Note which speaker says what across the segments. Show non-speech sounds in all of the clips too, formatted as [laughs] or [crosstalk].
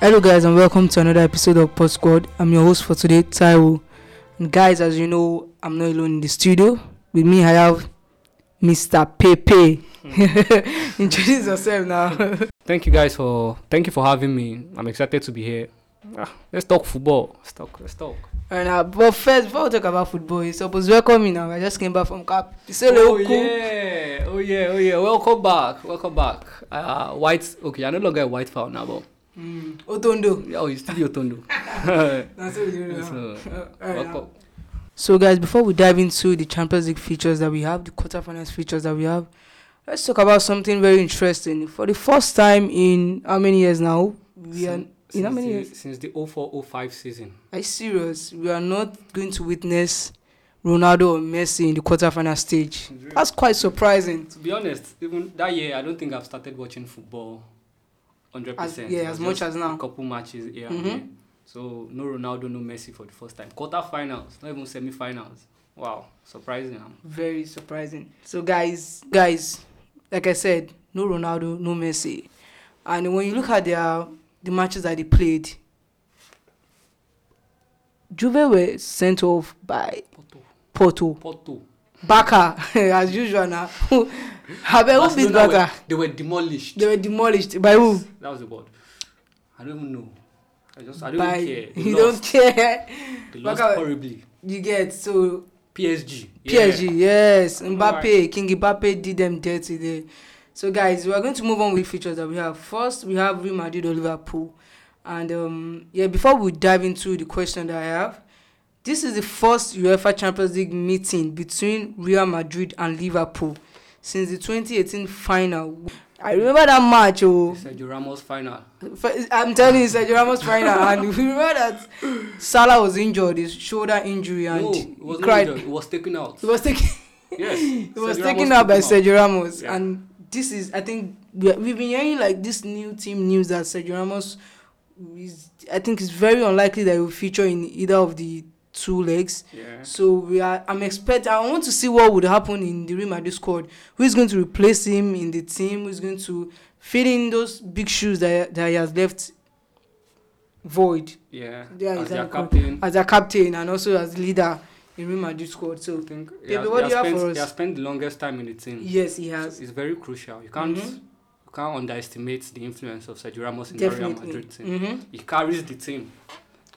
Speaker 1: Hello, guys, and welcome to another episode of Pod Squad. I'm your host for today, Taiwo. And guys, as you know, I'm not alone in the studio. With me, I have Mr. Pepe. [laughs] Introduce yourself now. [laughs]
Speaker 2: Thank you guys for thank you for having me. I'm excited to be here. Ah, let's talk football. Let's talk. Let's talk.
Speaker 1: And uh, but first, before we talk about football, you're supposed to welcome me now. I just came back from Cap. Oh,
Speaker 2: yeah! Oh yeah! Oh yeah! Welcome back. Welcome back. Uh, white. Okay, I no longer a white foul now, but
Speaker 1: mm. Otondo.
Speaker 2: yeah, oh, you still be Otondo.
Speaker 1: [laughs] That's what we do now.
Speaker 2: so,
Speaker 1: Uh, alright, now.
Speaker 2: welcome.
Speaker 1: So, guys, before we dive into the Champions League features that we have, the quarterfinals features that we have, let's talk about something very interesting. For the first time in how many years now? We are in how many
Speaker 2: the,
Speaker 1: years?
Speaker 2: Since the 0405 season.
Speaker 1: Are you serious? We are not going to witness Ronaldo or Messi in the quarterfinal stage. That's quite surprising.
Speaker 2: To be honest, even that year, I don't think I've started watching football. Hundred
Speaker 1: As,
Speaker 2: percent.
Speaker 1: yeah, as much as
Speaker 2: a
Speaker 1: now.
Speaker 2: couple matches here and
Speaker 1: Mhm.
Speaker 2: there. So no Ronaldo, no Messi for the first time. Quarterfinals, not even semi-finals. Wow, surprising. huh?
Speaker 1: Very surprising. So, guys, guys, like I said, no Ronaldo, no Messi, and when you look at their the matches that they played, Juve were sent off by Porto.
Speaker 2: Porto. Porto.
Speaker 1: Barca, [laughs] as usual now. [laughs] Abel who beat
Speaker 2: Barcelona
Speaker 1: Barca?
Speaker 2: Were, they were demolished.
Speaker 1: They were demolished by who?
Speaker 2: that was the word. I don't even know. I just I don't
Speaker 1: By
Speaker 2: care. They
Speaker 1: [laughs] you
Speaker 2: lost.
Speaker 1: don't care. [laughs]
Speaker 2: They lost
Speaker 1: Barca-
Speaker 2: horribly.
Speaker 1: You get so
Speaker 2: PSG. Yeah.
Speaker 1: PSG, yes. Mbappe,
Speaker 2: Alright.
Speaker 1: King Mbappe did them dirty there. So, guys, we are going to move on with features that we have. First, we have Real Madrid or Liverpool. And um, yeah, before we dive into the question that I have, this is the first UEFA Champions League meeting between Real Madrid and Liverpool since the 2018 final. I remember that match, oh.
Speaker 2: Sergio Ramos final.
Speaker 1: F- I'm telling you, Sergio Ramos final, and [laughs] we remember that Salah was injured, his shoulder injury, and
Speaker 2: no,
Speaker 1: he
Speaker 2: it was not
Speaker 1: cried.
Speaker 2: injured. It was taken out.
Speaker 1: He was taken.
Speaker 2: Yes.
Speaker 1: It was
Speaker 2: Sergio
Speaker 1: taken
Speaker 2: Ramos
Speaker 1: out by
Speaker 2: took him
Speaker 1: Sergio Ramos,
Speaker 2: Yeah.
Speaker 1: and this is I think we are- we've been hearing like this new team news that Sergio Ramos is I think it's very unlikely that he will feature in either of the two legs.
Speaker 2: Yeah.
Speaker 1: So we are I'm expect I want to see what would happen in the Real Madrid squad. Who is going to replace him in the team? Who is going to fill in those big shoes that that he has left void
Speaker 2: Yeah.
Speaker 1: Yeah,
Speaker 2: As their
Speaker 1: exactly.
Speaker 2: captain.
Speaker 1: as a captain and also as leader in Real Madrid squad.
Speaker 2: I
Speaker 1: So
Speaker 2: think
Speaker 1: Baby, what do you have
Speaker 2: spent,
Speaker 1: for us?
Speaker 2: He has spent the longest time in the team.
Speaker 1: yes, he
Speaker 2: So
Speaker 1: has.
Speaker 2: It's very crucial. You can't
Speaker 1: Mhm.
Speaker 2: you can't underestimate the influence of Sergio Ramos in the Real
Speaker 1: Definitely.
Speaker 2: Madrid team.
Speaker 1: hmm
Speaker 2: He carries the team.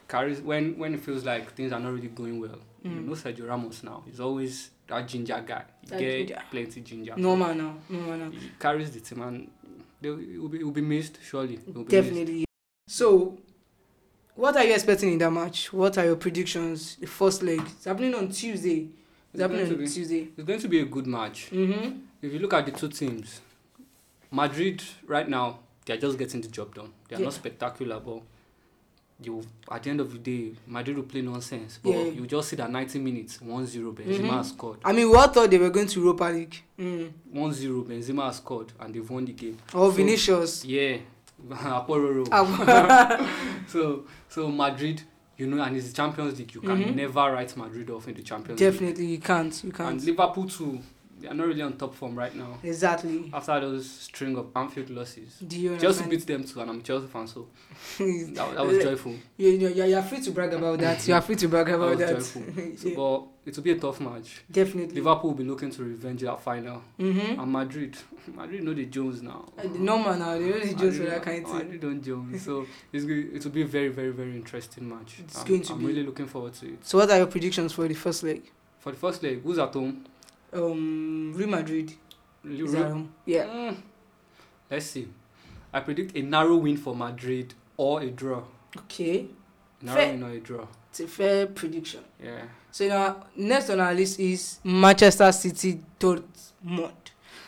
Speaker 2: Carries when when it feels like things are not really going well. You
Speaker 1: Mm.
Speaker 2: know Sergio Ramos now. He's always that ginger guy. He
Speaker 1: That
Speaker 2: get
Speaker 1: ginger.
Speaker 2: plenty ginger.
Speaker 1: Normal now. Normal now.
Speaker 2: He carries the team and they will be, will be missed surely. He'll be missed.
Speaker 1: Definitely. So, what are you expecting in that match? What are your predictions? The first leg. It's happening on Tuesday. It's
Speaker 2: It's going
Speaker 1: happening
Speaker 2: to
Speaker 1: on
Speaker 2: be.
Speaker 1: Tuesday.
Speaker 2: It's going to be a good match.
Speaker 1: Mm-hmm.
Speaker 2: If you look at the two teams, Madrid right now they are just getting the job done. They are
Speaker 1: Yeah.
Speaker 2: not spectacular, but you at the end of the day, Madrid will play nonsense. But
Speaker 1: Yeah.
Speaker 2: you just see that 90 minutes, 1-0, Benzema
Speaker 1: Mhm.
Speaker 2: has scored.
Speaker 1: I mean, we all thought they were going to Europa League. Mm.
Speaker 2: 1-0, Benzema has scored, and they've won the game.
Speaker 1: Or
Speaker 2: So-
Speaker 1: Oh, Vinicius.
Speaker 2: Yeah, [laughs] Apororo. Oh.
Speaker 1: Ah,
Speaker 2: [laughs] so so Madrid, you know, and it's the Champions League. You can
Speaker 1: Mhm.
Speaker 2: never write Madrid off in the Champions
Speaker 1: [laughs]
Speaker 2: League.
Speaker 1: Definitely, you can't. You
Speaker 2: And
Speaker 1: can't.
Speaker 2: Liverpool too, they are not really on top form right now.
Speaker 1: Exactly.
Speaker 2: After those string of Anfield losses,
Speaker 1: Dion
Speaker 2: Chelsea
Speaker 1: and-
Speaker 2: beat them too, and I'm a Chelsea fan, so
Speaker 1: you,
Speaker 2: that, that was
Speaker 1: Le-
Speaker 2: joyful.
Speaker 1: [laughs] you, you are free to brag about that. You are free to brag
Speaker 2: That
Speaker 1: about
Speaker 2: was
Speaker 1: that.
Speaker 2: joyful.
Speaker 1: [laughs]
Speaker 2: So,
Speaker 1: Yeah,
Speaker 2: But it will be a tough match.
Speaker 1: Definitely.
Speaker 2: Liverpool will be looking to revenge that final,
Speaker 1: Mm-hmm.
Speaker 2: and Madrid, Madrid know the Jones now.
Speaker 1: Uh, Normal now. They only just for
Speaker 2: Madrid-
Speaker 1: that kind of thing.
Speaker 2: Madrid don't Jones, so
Speaker 1: [laughs]
Speaker 2: it's go- it will be a very very very interesting match.
Speaker 1: It's
Speaker 2: I'm,
Speaker 1: going to
Speaker 2: I'm
Speaker 1: be.
Speaker 2: really looking forward to it.
Speaker 1: So, what are your predictions for the first leg?
Speaker 2: For the first leg, who's at home?
Speaker 1: um Real Madrid.
Speaker 2: Li-
Speaker 1: is at home. Yeah.
Speaker 2: Mm. Let's see. I predict a narrow win for Madrid or a draw.
Speaker 1: Okay.
Speaker 2: Narrow
Speaker 1: Fair.
Speaker 2: win or a draw.
Speaker 1: It's a fair prediction.
Speaker 2: Yeah.
Speaker 1: So now next on our list is Manchester City Dortmund.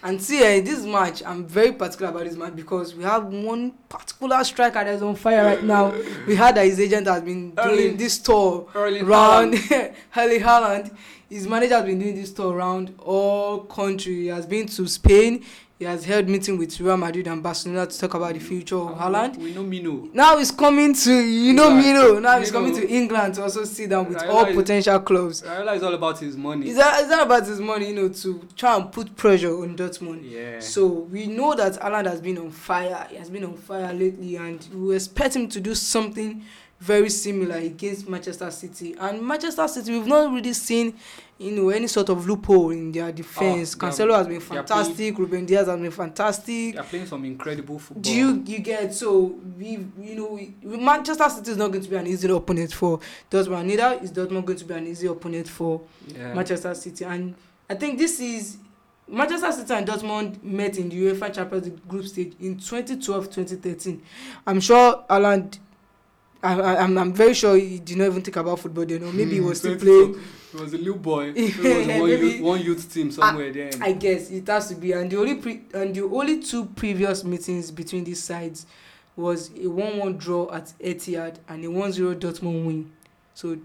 Speaker 1: And see eh, this match, I'm very particular about this match because we have one particular striker that's on fire right now. We heard that his agent has been doing
Speaker 2: Erling.
Speaker 1: this tour
Speaker 2: Erling
Speaker 1: round [laughs]
Speaker 2: Haaland.
Speaker 1: Harley Haaland. His manager has been doing this tour around all country. He has been to Spain, He has held meeting with Real Madrid and Barcelona to talk about the future of Haaland.
Speaker 2: We know Mino.
Speaker 1: Now he's coming to you know
Speaker 2: Right.
Speaker 1: Mino. Now he's
Speaker 2: Mino.
Speaker 1: coming to England to also sit down with
Speaker 2: Right,
Speaker 1: all
Speaker 2: right.
Speaker 1: potential clubs.
Speaker 2: I realize all about his money.
Speaker 1: Is that is that about his money? You know to try and put pressure on Dortmund.
Speaker 2: yeah.
Speaker 1: So we know that Haaland has been on fire. He has been on fire lately, and we expect him to do something very similar against Manchester City. And Manchester City, we've not really seen, you know, any sort of loophole in their defense.
Speaker 2: they are-
Speaker 1: Cancelo has been
Speaker 2: they are playing-
Speaker 1: fantastic. Ruben Diaz has been fantastic.
Speaker 2: they are playing some incredible football.
Speaker 1: Do you you get so we you know we, Manchester City is not going to be an easy opponent for Dortmund. Neither is Dortmund going to be an easy opponent for
Speaker 2: Yeah.
Speaker 1: Manchester City. And I think this is Manchester City and Dortmund met in the UEFA Champions League group stage in 2012-2013. I'm sure Alan. I, I, I'm, I'm very sure he did not even think about football then, or maybe he
Speaker 2: Hmm,
Speaker 1: was
Speaker 2: [laughs]
Speaker 1: still
Speaker 2: 20
Speaker 1: playing.
Speaker 2: He was a
Speaker 1: [laughs]
Speaker 2: little boy. He was
Speaker 1: Yeah,
Speaker 2: one,
Speaker 1: maybe.
Speaker 2: youth, one youth team somewhere there.
Speaker 1: I guess it has to be. And the only pre- and the only two previous meetings between these sides was a one-one draw at Etihad and a 1-0 Dortmund win. So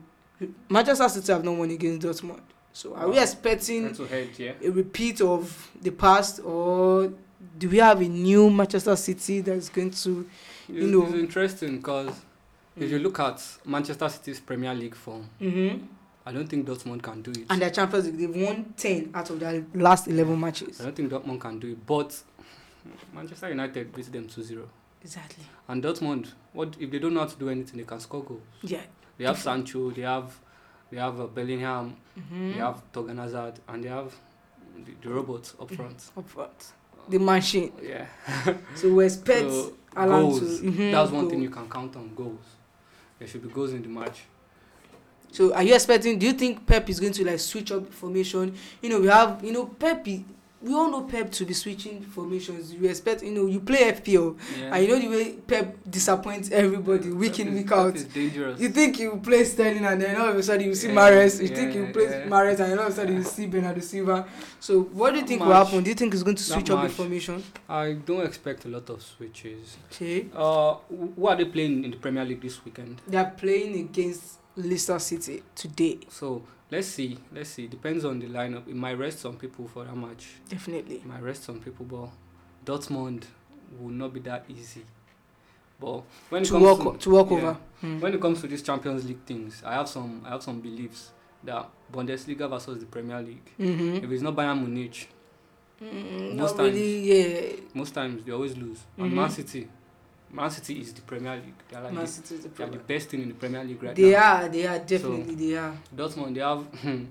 Speaker 1: Manchester City have not won against Dortmund. So are we
Speaker 2: Wow.
Speaker 1: expecting
Speaker 2: Head to head, yeah.
Speaker 1: a repeat of the past or do we have a new manchester city that's going to
Speaker 2: It's,
Speaker 1: You know.
Speaker 2: it's interesting because if you look at Manchester City's Premier League form,
Speaker 1: mm-hmm.
Speaker 2: I don't think Dortmund can do it.
Speaker 1: and their champions league they've won 10 out of their last 11 matches
Speaker 2: I don't think Dortmund can do it. But Manchester United beat them 2-0.
Speaker 1: exactly
Speaker 2: And Dortmund, what if they don't know how to do anything? They can score goals.
Speaker 1: yeah
Speaker 2: They have Sancho. They have they have uh, Bellingham.
Speaker 1: mm-hmm.
Speaker 2: They have Torgan Hazard, and they have the, the robots up front.
Speaker 1: up front Mm-hmm. the machine
Speaker 2: Yeah.
Speaker 1: so we expect
Speaker 2: So,
Speaker 1: Alan
Speaker 2: goals.
Speaker 1: to mhm,
Speaker 2: That's one
Speaker 1: goal.
Speaker 2: thing you can count on. Goals. There should be goals in the match.
Speaker 1: so are you expecting do you think pep is going to like switch up formation you know we have you know pep is, we all know pep to be switching formations you expect you know you play fpl
Speaker 2: Yeah.
Speaker 1: and you know the way pep disappoints everybody week in week out
Speaker 2: It's dangerous.
Speaker 1: You think you play Sterling and then all of a sudden you see
Speaker 2: Yeah,
Speaker 1: Mares. You think you
Speaker 2: yeah,
Speaker 1: play
Speaker 2: yeah.
Speaker 1: Mares and then all of a sudden you see Bernardo Silva. So what do you
Speaker 2: Not
Speaker 1: think will
Speaker 2: much.
Speaker 1: happen? Do you think it's going to
Speaker 2: Not
Speaker 1: switch up the
Speaker 2: much.
Speaker 1: formation?
Speaker 2: I don't expect a lot of switches.
Speaker 1: Okay.
Speaker 2: Uh, wh- who are they playing in the Premier League this weekend?
Speaker 1: They are playing against Leicester City today.
Speaker 2: So let's see. Let's see. Depends on the lineup. It might rest some people for that match.
Speaker 1: Definitely.
Speaker 2: It might rest some people, but Dortmund will not be that easy. But when it
Speaker 1: To
Speaker 2: comes
Speaker 1: walk
Speaker 2: to,
Speaker 1: to walk
Speaker 2: yeah.
Speaker 1: over. Hmm.
Speaker 2: when it comes to these Champions League things, I have some I have some beliefs that Bundesliga versus the Premier League.
Speaker 1: Mhm.
Speaker 2: If it's not Bayern Munich,
Speaker 1: Mm,
Speaker 2: most
Speaker 1: not really,
Speaker 2: most times they always lose. And
Speaker 1: Mhm.
Speaker 2: Man City, Man City is the Premier League. They're
Speaker 1: yeah.
Speaker 2: like
Speaker 1: Man
Speaker 2: the,
Speaker 1: City is the
Speaker 2: they're the
Speaker 1: problem.
Speaker 2: best team in the Premier League right
Speaker 1: They
Speaker 2: now.
Speaker 1: are, they are definitely they are.
Speaker 2: Dortmund, they have [laughs]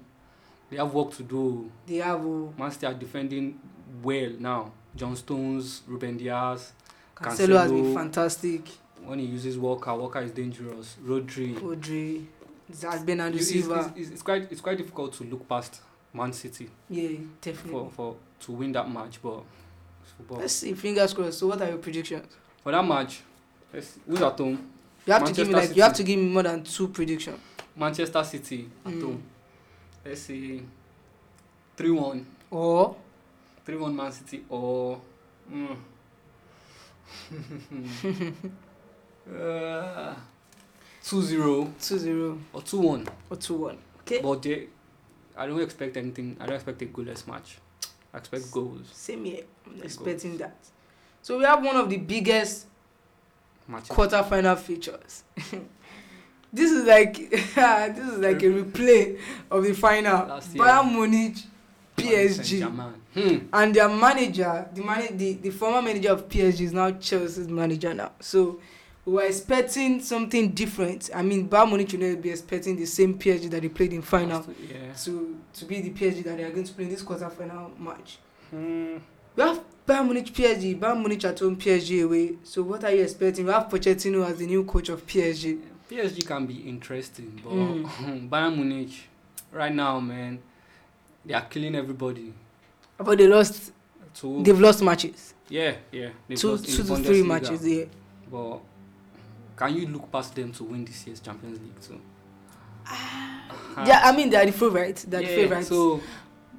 Speaker 2: they have work to do.
Speaker 1: They have uh,
Speaker 2: Man City are defending well now. John Stones, Ruben Diaz.
Speaker 1: Cancelo, has been
Speaker 2: Cancelo.
Speaker 1: fantastic.
Speaker 2: When he uses Walker, Walker is dangerous. Rodri.
Speaker 1: Audrey, Zaz Bernardo
Speaker 2: Mm. You- it's,
Speaker 1: Silva.
Speaker 2: it's- it's quite it's quite difficult to look past Man City
Speaker 1: Yeah,
Speaker 2: for,
Speaker 1: definitely.
Speaker 2: for to win that match, but it's football.
Speaker 1: Let's see, fingers crossed. So what are your predictions?
Speaker 2: For that match, let's, who's at home?
Speaker 1: You have to give me
Speaker 2: Manchester
Speaker 1: like you have to
Speaker 2: City.
Speaker 1: give me more than two predictions.
Speaker 2: Manchester City at
Speaker 1: Mm.
Speaker 2: home. Let's see, three one.
Speaker 1: Or
Speaker 2: 3 1 Man City or. Mm. [laughs] uh, 2 0
Speaker 1: two zero
Speaker 2: or 2 1.
Speaker 1: or two one. Okay.
Speaker 2: But they, I don't expect anything. I don't expect a goalless match. I expect goals.
Speaker 1: Same here. I'm
Speaker 2: Goals.
Speaker 1: expecting that. So we have one of the biggest
Speaker 2: Matches.
Speaker 1: quarterfinal features. [laughs] this is like [laughs] this is like a replay of the final.
Speaker 2: Last year.
Speaker 1: Bayern Munich,
Speaker 2: Paris
Speaker 1: PSG,
Speaker 2: Saint-Germain. Hmm.
Speaker 1: and their manager, the, man- the the former manager of PSG is now Chelsea's manager now. So we were expecting something different. I mean, Bayern Munich should not be expecting the same PSG that they played in final.
Speaker 2: Yeah.
Speaker 1: to to be the PSG that they are going to play in this quarterfinal match.
Speaker 2: Hmm.
Speaker 1: We have Bayern Munich PSG, Bayern Munich at home, PSG away. So what are you expecting? We have Pochettino as the new coach of PSG.
Speaker 2: PSG can be interesting, but
Speaker 1: Mm.
Speaker 2: [laughs] Bayern Munich, right now, man, they are killing everybody.
Speaker 1: But they lost,
Speaker 2: Two,
Speaker 1: they've lost matches,
Speaker 2: yeah, yeah. they've
Speaker 1: two
Speaker 2: lost in
Speaker 1: two to three
Speaker 2: Bundesliga.
Speaker 1: matches. Yeah,
Speaker 2: But can you look past them to win this year's Champions League too? Uh-huh.
Speaker 1: Ah, yeah. I mean they are the favorites. They are the
Speaker 2: Yeah,
Speaker 1: favorites.
Speaker 2: So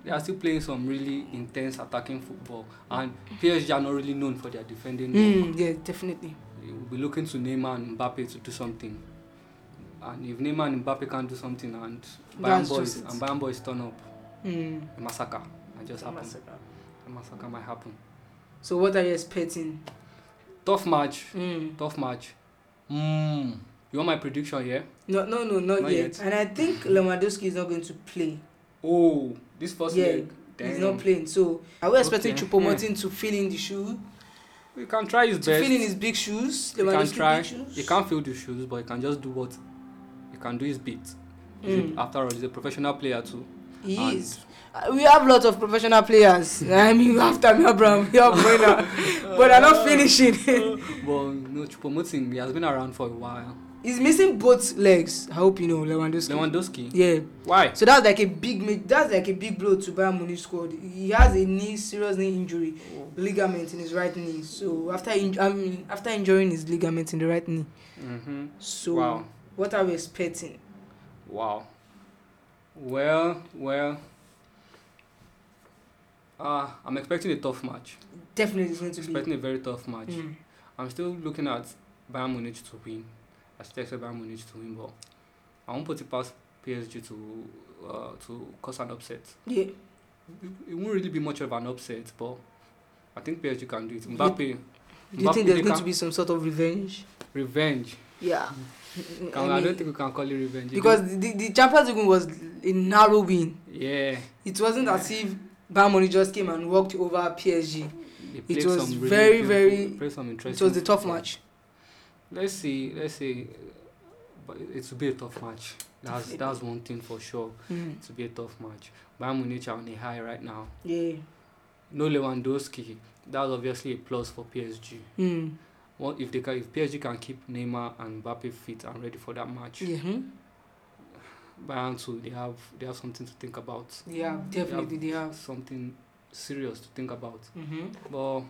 Speaker 2: they are still playing some really intense attacking football, and PSG are not really known for their defending. work.
Speaker 1: Mm, yeah, definitely.
Speaker 2: They will be looking to Neymar and Mbappe to do something. And if Neymar and Mbappe can't do something, and Bayern
Speaker 1: That's
Speaker 2: boys
Speaker 1: just it.
Speaker 2: and Bayern boys turn up,
Speaker 1: Mm.
Speaker 2: a massacre. might just happen. A massacre might happen.
Speaker 1: So what are you expecting?
Speaker 2: Tough match.
Speaker 1: Mm.
Speaker 2: Tough match. Mm. You want my prediction here?
Speaker 1: No, no, no, not,
Speaker 2: Not
Speaker 1: yet.
Speaker 2: yet.
Speaker 1: And I
Speaker 2: [laughs]
Speaker 1: think Lewandowski is not going to play.
Speaker 2: Oh, this first
Speaker 1: Yeah,
Speaker 2: leg.
Speaker 1: He's
Speaker 2: Damn.
Speaker 1: not playing. So are we expecting
Speaker 2: Okay,
Speaker 1: Chupo
Speaker 2: yeah.
Speaker 1: Martin to fill in the shoe?
Speaker 2: He can try his
Speaker 1: To
Speaker 2: best.
Speaker 1: fill in his big shoes?
Speaker 2: he can
Speaker 1: Lewandowski
Speaker 2: try.
Speaker 1: big shoes?
Speaker 2: He can't fill the shoes, but he can just do what he can do his bit. He's a-
Speaker 1: Mm.
Speaker 2: After all, he's a professional player too.
Speaker 1: He
Speaker 2: And
Speaker 1: is. Uh, We have lots of professional players. I mean, after me, Abraham, we have Werner,
Speaker 2: [laughs]
Speaker 1: but they're not finishing. [laughs]
Speaker 2: Well, no, Chupomoting, he has been around for a while.
Speaker 1: He's missing both legs. I hope you know Lewandowski.
Speaker 2: Lewandowski.
Speaker 1: Yeah,
Speaker 2: Why?
Speaker 1: so that's like a big, ma- that's like a big blow to Bayern Munich squad. He has a knee, serious knee injury, ligament in his right knee. So after, in, I mean, after injuring his ligament in the right knee,
Speaker 2: Mm-hmm.
Speaker 1: so
Speaker 2: Wow.
Speaker 1: what are we expecting?
Speaker 2: Wow. Well, well. Uh, I'm expecting a tough match.
Speaker 1: Definitely, it's going to be.
Speaker 2: Expecting a very tough match.
Speaker 1: Mm.
Speaker 2: I'm still looking at Bayern Munich to win. I still expect Bayern Munich to win, but I won't put it past PSG to uh, to cause an upset.
Speaker 1: Yeah,
Speaker 2: It, it won't really be much of an upset, but I think PSG can do it. Mbappe,
Speaker 1: do you
Speaker 2: Mbappe,
Speaker 1: think there's
Speaker 2: they
Speaker 1: going
Speaker 2: can-
Speaker 1: to be some sort of revenge?
Speaker 2: revenge.
Speaker 1: Yeah,
Speaker 2: Can, I, don't think we can call it revenge. It
Speaker 1: because the, the Champions League was a narrow win.
Speaker 2: didn't- yeah,
Speaker 1: It wasn't
Speaker 2: Yeah.
Speaker 1: as if Bayern Munich just came and walked over PSG.
Speaker 2: they played
Speaker 1: was
Speaker 2: some really
Speaker 1: very,
Speaker 2: beautiful-
Speaker 1: very-
Speaker 2: they played some
Speaker 1: It
Speaker 2: interesting
Speaker 1: was a tough
Speaker 2: football.
Speaker 1: match.
Speaker 2: Let's see, let's see, but it- it will be a tough match. That's
Speaker 1: Definitely.
Speaker 2: that's one thing for sure.
Speaker 1: Mm.
Speaker 2: It will be a tough match. Bayern Munich are on a high right now.
Speaker 1: Yeah.
Speaker 2: no Lewandowski. That's obviously a plus for PSG.
Speaker 1: Mm.
Speaker 2: What if they can, if PSG can keep Neymar and Mbappe fit and ready for that match?
Speaker 1: Yeah. hmm.
Speaker 2: Bayern too, they have they have something to think about,
Speaker 1: They have definitely they have.
Speaker 2: something serious to think about.
Speaker 1: Mm-hmm.
Speaker 2: But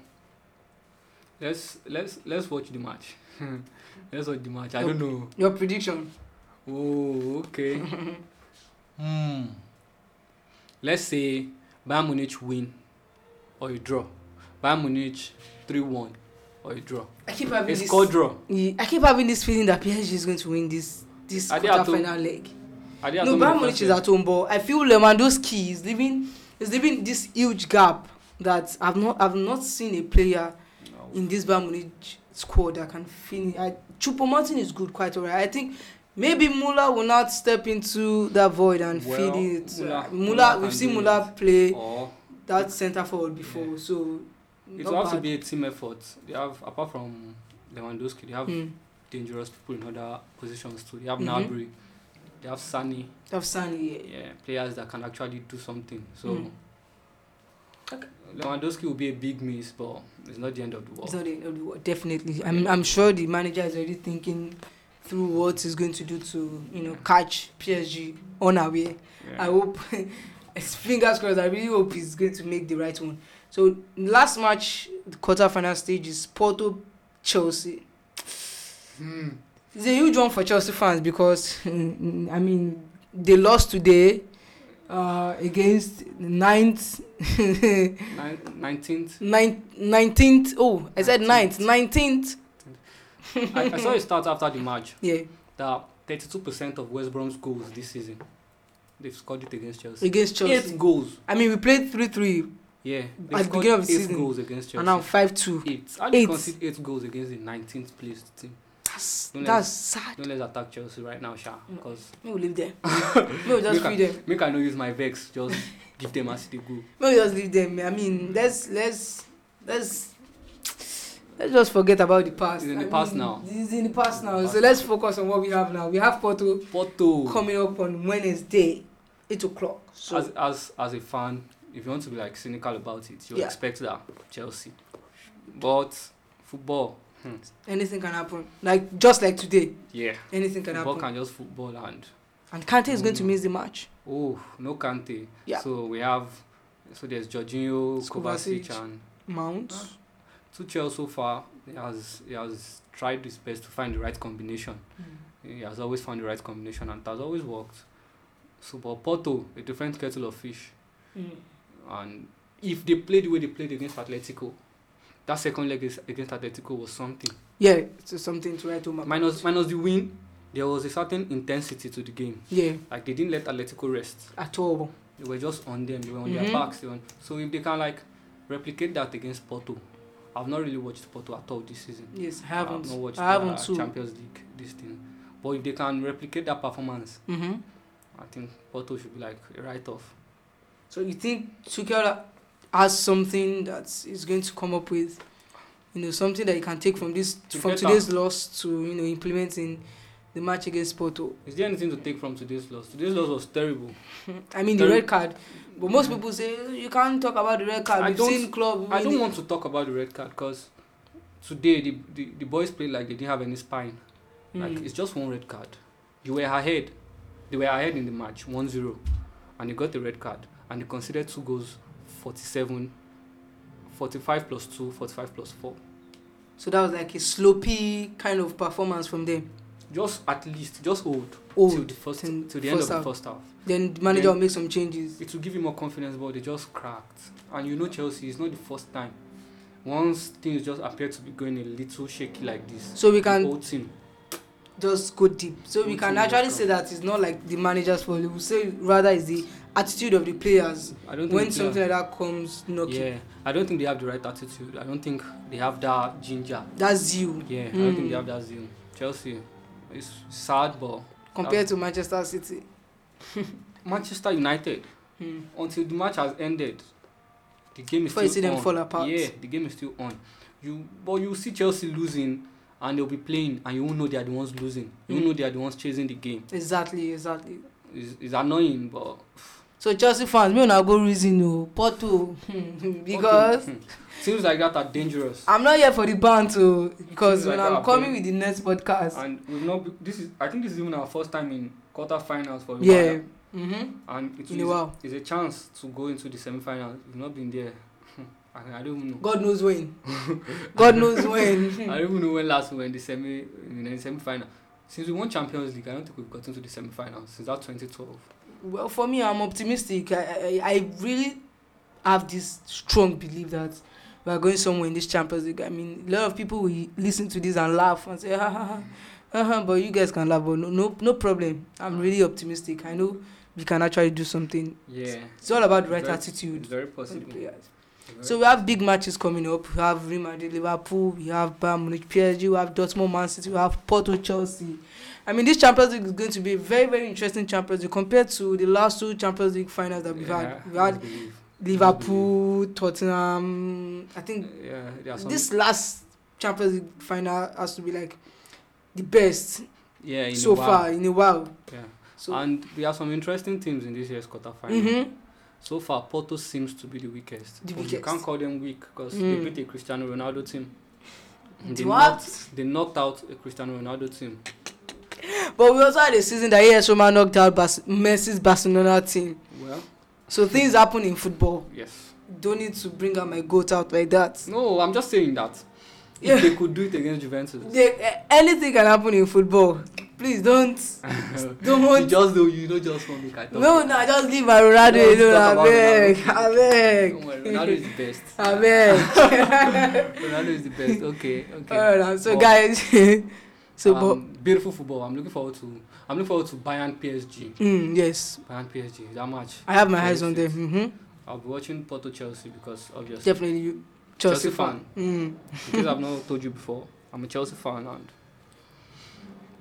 Speaker 2: let's let's let's watch the match. [laughs] let's watch the match. I
Speaker 1: Yep.
Speaker 2: don't know.
Speaker 1: Your prediction?
Speaker 2: Oh, okay. hmm. Let's say Bayern Munich win or a draw. Bayern Munich three one or a draw.
Speaker 1: [laughs] I keep having
Speaker 2: It's
Speaker 1: this.
Speaker 2: called draw.
Speaker 1: Yeah, I keep having this feeling that PSG is going to win this this
Speaker 2: Are they at
Speaker 1: quarter
Speaker 2: home?
Speaker 1: final leg.
Speaker 2: Are they at
Speaker 1: No,
Speaker 2: home in the
Speaker 1: Bayern
Speaker 2: first
Speaker 1: Munich is
Speaker 2: leg?
Speaker 1: at home, but I feel Lewandowski is leaving is leaving this huge gap that I've not I've not seen a player in this Bayern Munich squad that can finish. I, Choupo-Moting is good, quite alright. I think maybe Muller will not step into that void and
Speaker 2: Well,
Speaker 1: fill it.
Speaker 2: Muller-
Speaker 1: Muller,
Speaker 2: Muller
Speaker 1: we've
Speaker 2: can
Speaker 1: seen
Speaker 2: do
Speaker 1: Muller play
Speaker 2: Or
Speaker 1: that centre forward before, so
Speaker 2: it
Speaker 1: not
Speaker 2: will have to
Speaker 1: bad.
Speaker 2: be a team effort. They have apart from Lewandowski, they have
Speaker 1: Mm.
Speaker 2: dangerous people in other positions too. They have
Speaker 1: Mhm.
Speaker 2: Nabri, they have Sani,
Speaker 1: Of Sani,
Speaker 2: yeah, players that can actually do something. So
Speaker 1: Mm. Okay.
Speaker 2: Lewandowski will be a big miss, but it's not the end of the world.
Speaker 1: it's not the end of the world, definitely. I'm I'm sure the manager is already thinking through what he's going to do to you know catch PSG unaware. I
Speaker 2: yeah.
Speaker 1: hope [laughs] it's fingers crossed. I really hope he's going to make the right one. So last match, the quarterfinal stage is Porto Chelsea.
Speaker 2: Hmm.
Speaker 1: It's a huge one for Chelsea fans because [laughs] mm, I mean they lost today uh, against ninth, [laughs]
Speaker 2: Nin- Nineteenth.
Speaker 1: nineteenth. Oh, I said ninth, nineteenth.
Speaker 2: I, I saw a start after the match
Speaker 1: [laughs] Yeah,
Speaker 2: that thirty-two percent of West Brom's goals this season they've scored it against Chelsea.
Speaker 1: against Chelsea.
Speaker 2: Eight goals.
Speaker 1: I mean we played three three
Speaker 2: Yeah,
Speaker 1: the
Speaker 2: they scored
Speaker 1: beginning of
Speaker 2: eight
Speaker 1: the season.
Speaker 2: goals against Chelsea.
Speaker 1: and now five two.
Speaker 2: eight. How do you
Speaker 1: Eight.
Speaker 2: concede eight goals against the 19th placed team?
Speaker 1: That's
Speaker 2: Don't let-
Speaker 1: that's sad.
Speaker 2: Don't let's attack Chelsea right now, Sha. Because
Speaker 1: We will
Speaker 2: [laughs]
Speaker 1: leave them. we will just
Speaker 2: Look at-
Speaker 1: free them.
Speaker 2: make I no use my vex,
Speaker 1: [laughs]
Speaker 2: just give them as they go.
Speaker 1: No, we just leave them. I mean, let's let's let's let's just forget about the past.
Speaker 2: It's in
Speaker 1: I
Speaker 2: the past
Speaker 1: mean,
Speaker 2: now.
Speaker 1: It's in the past now.
Speaker 2: Past
Speaker 1: so let's focus on what we have now. We have Porto
Speaker 2: Porto,
Speaker 1: coming up on Wednesday, eight o'clock. So
Speaker 2: as, as, as a fan, if you want to be like cynical about it, you
Speaker 1: Yeah.
Speaker 2: expect that Chelsea. But football, hmm,
Speaker 1: anything can happen. Like just like today,
Speaker 2: yeah,
Speaker 1: anything can
Speaker 2: football
Speaker 1: happen.
Speaker 2: can just football and
Speaker 1: And Kante is going to
Speaker 2: Mm.
Speaker 1: miss the match.
Speaker 2: oh, no Kante.
Speaker 1: Yeah.
Speaker 2: So we have, so there's Jorginho,
Speaker 1: Kovacic.
Speaker 2: Kovacic, and
Speaker 1: Mount.
Speaker 2: Tuchel so far he has he has tried his best to find the right combination. He has always found the right combination and it has always worked. So, but Porto, a different kettle of fish.
Speaker 1: Mm.
Speaker 2: And if they play the way they played against Atletico, that second leg is- against Atletico was something.
Speaker 1: Yeah, so something to write home about.
Speaker 2: Minus, minus the win, there was a certain intensity to the game.
Speaker 1: Yeah,
Speaker 2: Like, they didn't let Atletico rest.
Speaker 1: at all.
Speaker 2: They were just on them, they were on
Speaker 1: Mhm.
Speaker 2: their backs. They were on, so, if they can, like, replicate that against Porto, I've not really watched Porto at all this season.
Speaker 1: Yes, I
Speaker 2: I've
Speaker 1: haven't.
Speaker 2: not watched
Speaker 1: I haven't
Speaker 2: their
Speaker 1: too.
Speaker 2: Champions League this thing. But if they can replicate that performance,
Speaker 1: Mm-hmm.
Speaker 2: I think Porto should be like a write off.
Speaker 1: So you think Tuchel has something that is going to come up with, you know, something that you can take from this
Speaker 2: To
Speaker 1: from
Speaker 2: get
Speaker 1: today's loss to you know implement in the match against Porto.
Speaker 2: Is there anything to take from today's loss? Today's loss was terrible.
Speaker 1: I mean the
Speaker 2: Terri-
Speaker 1: red card, but most people say "Eh, you can't talk about the red card.
Speaker 2: Mm. I
Speaker 1: We've
Speaker 2: don't-
Speaker 1: seen club.
Speaker 2: I don't
Speaker 1: winning."
Speaker 2: want to talk about the red card because today the, the, the boys played like they didn't have any spine. Like
Speaker 1: Mm.
Speaker 2: it's just one red card. You were ahead. They were ahead in the match, 1-0. And you got the red card. And you considered two goals, 47, 45 plus 2, 45 plus 4.
Speaker 1: So that was like a sloppy kind of performance from them.
Speaker 2: Just at least, just hold till
Speaker 1: Old.
Speaker 2: the first
Speaker 1: till
Speaker 2: till the end
Speaker 1: first
Speaker 2: of the
Speaker 1: half.
Speaker 2: first half.
Speaker 1: Then the manager
Speaker 2: Then-
Speaker 1: will make some changes.
Speaker 2: It will give you more confidence, but they just cracked. And you know Chelsea, it's not the first time. Once things just appear to be going a little shaky like this,
Speaker 1: So we
Speaker 2: the
Speaker 1: can
Speaker 2: whole team
Speaker 1: just go deep. So we
Speaker 2: Go
Speaker 1: can
Speaker 2: to the
Speaker 1: actually
Speaker 2: World
Speaker 1: say that it's not like the manager's fault. We will say rather it's the attitude of the players
Speaker 2: I don't think
Speaker 1: when
Speaker 2: they
Speaker 1: something
Speaker 2: have,
Speaker 1: like that comes knocking.
Speaker 2: yeah, I don't think they have the right attitude. I don't think they have that ginger.
Speaker 1: That's you
Speaker 2: Yeah, I don't
Speaker 1: Mm.
Speaker 2: think they have that zeal. Chelsea, it's sad, but
Speaker 1: compared to Manchester City.
Speaker 2: Manchester United
Speaker 1: Mm.
Speaker 2: until the match has ended, the game is
Speaker 1: Before you
Speaker 2: still
Speaker 1: see them
Speaker 2: on.
Speaker 1: fall apart.
Speaker 2: Yeah, the game is still on. You but you see Chelsea losing, and they'll be playing, and you won't know they are the ones losing. You won't
Speaker 1: Mm.
Speaker 2: know they are the ones chasing the game.
Speaker 1: Exactly, exactly.
Speaker 2: It's, it's annoying, but
Speaker 1: So Chelsea fans, me una go reason o Porto [laughs] hmm, because
Speaker 2: Hmm. teams like that are dangerous.
Speaker 1: I'm not here for the banter o because
Speaker 2: Things like
Speaker 1: when
Speaker 2: that
Speaker 1: I'm
Speaker 2: are
Speaker 1: coming
Speaker 2: very-
Speaker 1: with the next podcast.
Speaker 2: And we've not. be- This is. I think this is even our first time in quarterfinals for a
Speaker 1: Yeah.
Speaker 2: while.
Speaker 1: Mm-hmm.
Speaker 2: And it
Speaker 1: In a
Speaker 2: is-
Speaker 1: while.
Speaker 2: It's a chance to go into the semi-final. You've not been there. [laughs] I, I don't even know.
Speaker 1: God knows
Speaker 2: [laughs]
Speaker 1: when. God knows
Speaker 2: I
Speaker 1: when.
Speaker 2: don't even know when last we were in the semi in the semi-final. Since we won Champions League, I don't think we've gotten to the semi-final since that 2012.
Speaker 1: well, for me, I'm optimistic. I, I, I really have this strong belief that we are going somewhere in this Champions League. I mean, a lot of people will listen to this and laugh and say, ha ha ha. Uh-huh, but you guys can laugh, but no, no, no problem. I'm really optimistic. I know we can actually do something.
Speaker 2: Yeah,
Speaker 1: It's all about the right
Speaker 2: Very- it's
Speaker 1: attitude
Speaker 2: very
Speaker 1: from the
Speaker 2: possible.
Speaker 1: players.
Speaker 2: Very-
Speaker 1: So we have big matches coming up. We have Real Madrid, Liverpool. We have Bayern Munich, PSG. We have Dortmund, Man City. We have Porto, Chelsea. I mean, this Champions League is going to be a very, very interesting Champions League compared to the last two Champions League finals that we've
Speaker 2: Yeah,
Speaker 1: had. We
Speaker 2: I
Speaker 1: had
Speaker 2: believe.
Speaker 1: Liverpool, Tottenham. I think
Speaker 2: Yeah, there are some.
Speaker 1: this last Champions League final has to be like the best
Speaker 2: yeah, in a
Speaker 1: so
Speaker 2: while.
Speaker 1: far in a while.
Speaker 2: Yeah,
Speaker 1: So,
Speaker 2: and there are some interesting teams in this year's quarterfinal.
Speaker 1: mm-hmm.
Speaker 2: So far, Porto seems to be the weakest.
Speaker 1: The
Speaker 2: But You
Speaker 1: weakest.
Speaker 2: can't call them weak because
Speaker 1: Mm.
Speaker 2: they beat a Cristiano Ronaldo team. They
Speaker 1: What?
Speaker 2: knocked, they knocked out a Cristiano Ronaldo team.
Speaker 1: but we also had a season that AS Roma knocked out Bas- Messi's Barcelona team.
Speaker 2: Well,
Speaker 1: So things happen in football.
Speaker 2: yes.
Speaker 1: don't need to bring out my goat out like that.
Speaker 2: No, I'm just saying that.
Speaker 1: Yeah. [laughs]
Speaker 2: If they could do it against Juventus.
Speaker 1: They, eh, anything can happen in football. Please don't, don't
Speaker 2: [laughs] [laughs] you
Speaker 1: want.
Speaker 2: just do you don't just want to make I talk.
Speaker 1: No, no, I just leave my Ronaldo
Speaker 2: Don't talk
Speaker 1: alone.
Speaker 2: about
Speaker 1: Abeg,
Speaker 2: Don't worry, Ronaldo is
Speaker 1: abeg,
Speaker 2: the best. [laughs]
Speaker 1: abeg. [laughs]
Speaker 2: Ronaldo is the best. Okay, okay.
Speaker 1: Alright, so
Speaker 2: But,
Speaker 1: guys, [laughs] so
Speaker 2: Bon.
Speaker 1: bon.
Speaker 2: um, beautiful football. I'm looking forward to. I'm looking forward to Bayern PSG.
Speaker 1: but mm, yes,
Speaker 2: Bayern PSG. That match.
Speaker 1: I have my eyes on them.
Speaker 2: Very
Speaker 1: Mm-hmm.
Speaker 2: I'll be watching Porto Chelsea because obviously,
Speaker 1: Definitely, you- Chelsea,
Speaker 2: Chelsea
Speaker 1: fan. Mm.
Speaker 2: because I've not told you before, I'm a Chelsea fan and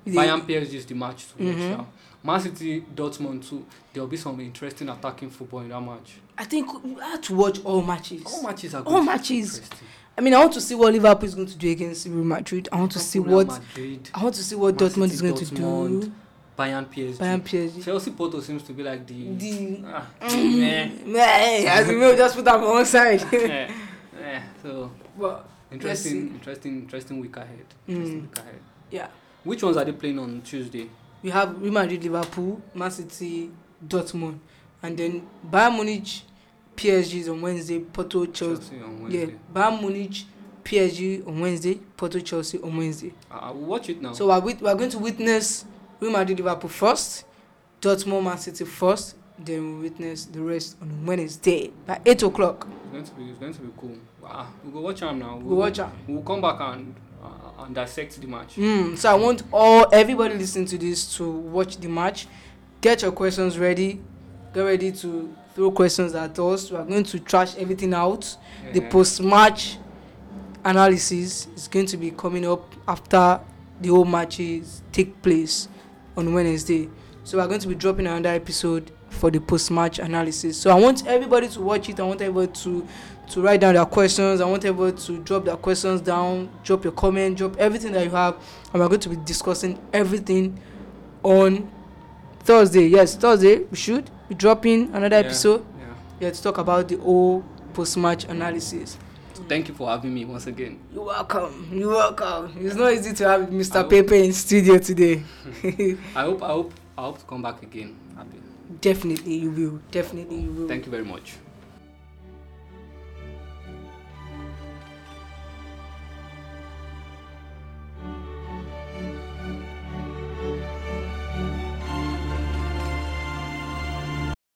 Speaker 1: They-
Speaker 2: Bayern PSG is the match to watch.
Speaker 1: Mhm.
Speaker 2: yeah. Man City Dortmund too. There will be some interesting attacking football in that match.
Speaker 1: I think we have to watch all matches.
Speaker 2: All matches are good.
Speaker 1: All matches.
Speaker 2: Interesting.
Speaker 1: I mean, I want to see what Liverpool is going to do against Real Madrid. I want to see
Speaker 2: Liverpool,
Speaker 1: what
Speaker 2: Real Madrid,
Speaker 1: I want to see what
Speaker 2: Man
Speaker 1: Dortmund
Speaker 2: City,
Speaker 1: is going to do.
Speaker 2: Dortmund, Bayern PSG.
Speaker 1: Bayern PSG.
Speaker 2: Chelsea Porto seems to be like the.
Speaker 1: The [laughs]
Speaker 2: Ah, meh,
Speaker 1: Mm, eh, as we will just put them on one
Speaker 2: [laughs]
Speaker 1: side.
Speaker 2: eh, eh. So
Speaker 1: but
Speaker 2: interesting,
Speaker 1: see.
Speaker 2: interesting, interesting week ahead.
Speaker 1: Mm.
Speaker 2: Interesting week ahead.
Speaker 1: Yeah.
Speaker 2: Which ones are they playing on Tuesday?
Speaker 1: we have Real Madrid, Liverpool, Man City, Dortmund, and then Bayern Munich, PSG is on Wednesday, Porto, Chelsea.
Speaker 2: Chelsea on
Speaker 1: Yeah,
Speaker 2: Wednesday.
Speaker 1: Bayern Munich, PSG on Wednesday, Porto, Chelsea on Wednesday.
Speaker 2: I, I will Ah, watch it now.
Speaker 1: So we're, wit- we're going to witness Real Madrid, Liverpool first, Dortmund, Man City first, then we witness the rest on Wednesday by 8 o'clock.
Speaker 2: It's going to be it's going to be cool. Ah, we'll go watch them now.
Speaker 1: We watch out.
Speaker 2: We'll come back and uh, and dissect the match.
Speaker 1: Mm, so I want all everybody listening to this to watch the match. Get your questions ready. Get ready to throw questions at us. We are going to trash everything out. The
Speaker 2: Eh,
Speaker 1: post match analysis is going to be coming up after the whole matches take place on Wednesday. So we're going to be dropping another episode for the post-match analysis. So I want everybody to watch it. I want everybody to to write down their questions. I want everybody to drop their questions down, drop your comment, drop everything that you have. And we're going to be discussing everything on Thursday. Yes, Thursday we should be dropping another
Speaker 2: Yeah,
Speaker 1: episode.
Speaker 2: Yeah.
Speaker 1: Yeah, to talk about the whole post-match analysis.
Speaker 2: So thank you for having me once again.
Speaker 1: You're welcome. You're welcome. It's not easy to have Mr.
Speaker 2: Hello.
Speaker 1: Pepe in studio today. [laughs]
Speaker 2: I hope I hope I hope to come back again. Happy.
Speaker 1: definitely you will. Definitely you will.
Speaker 2: Thank you very much.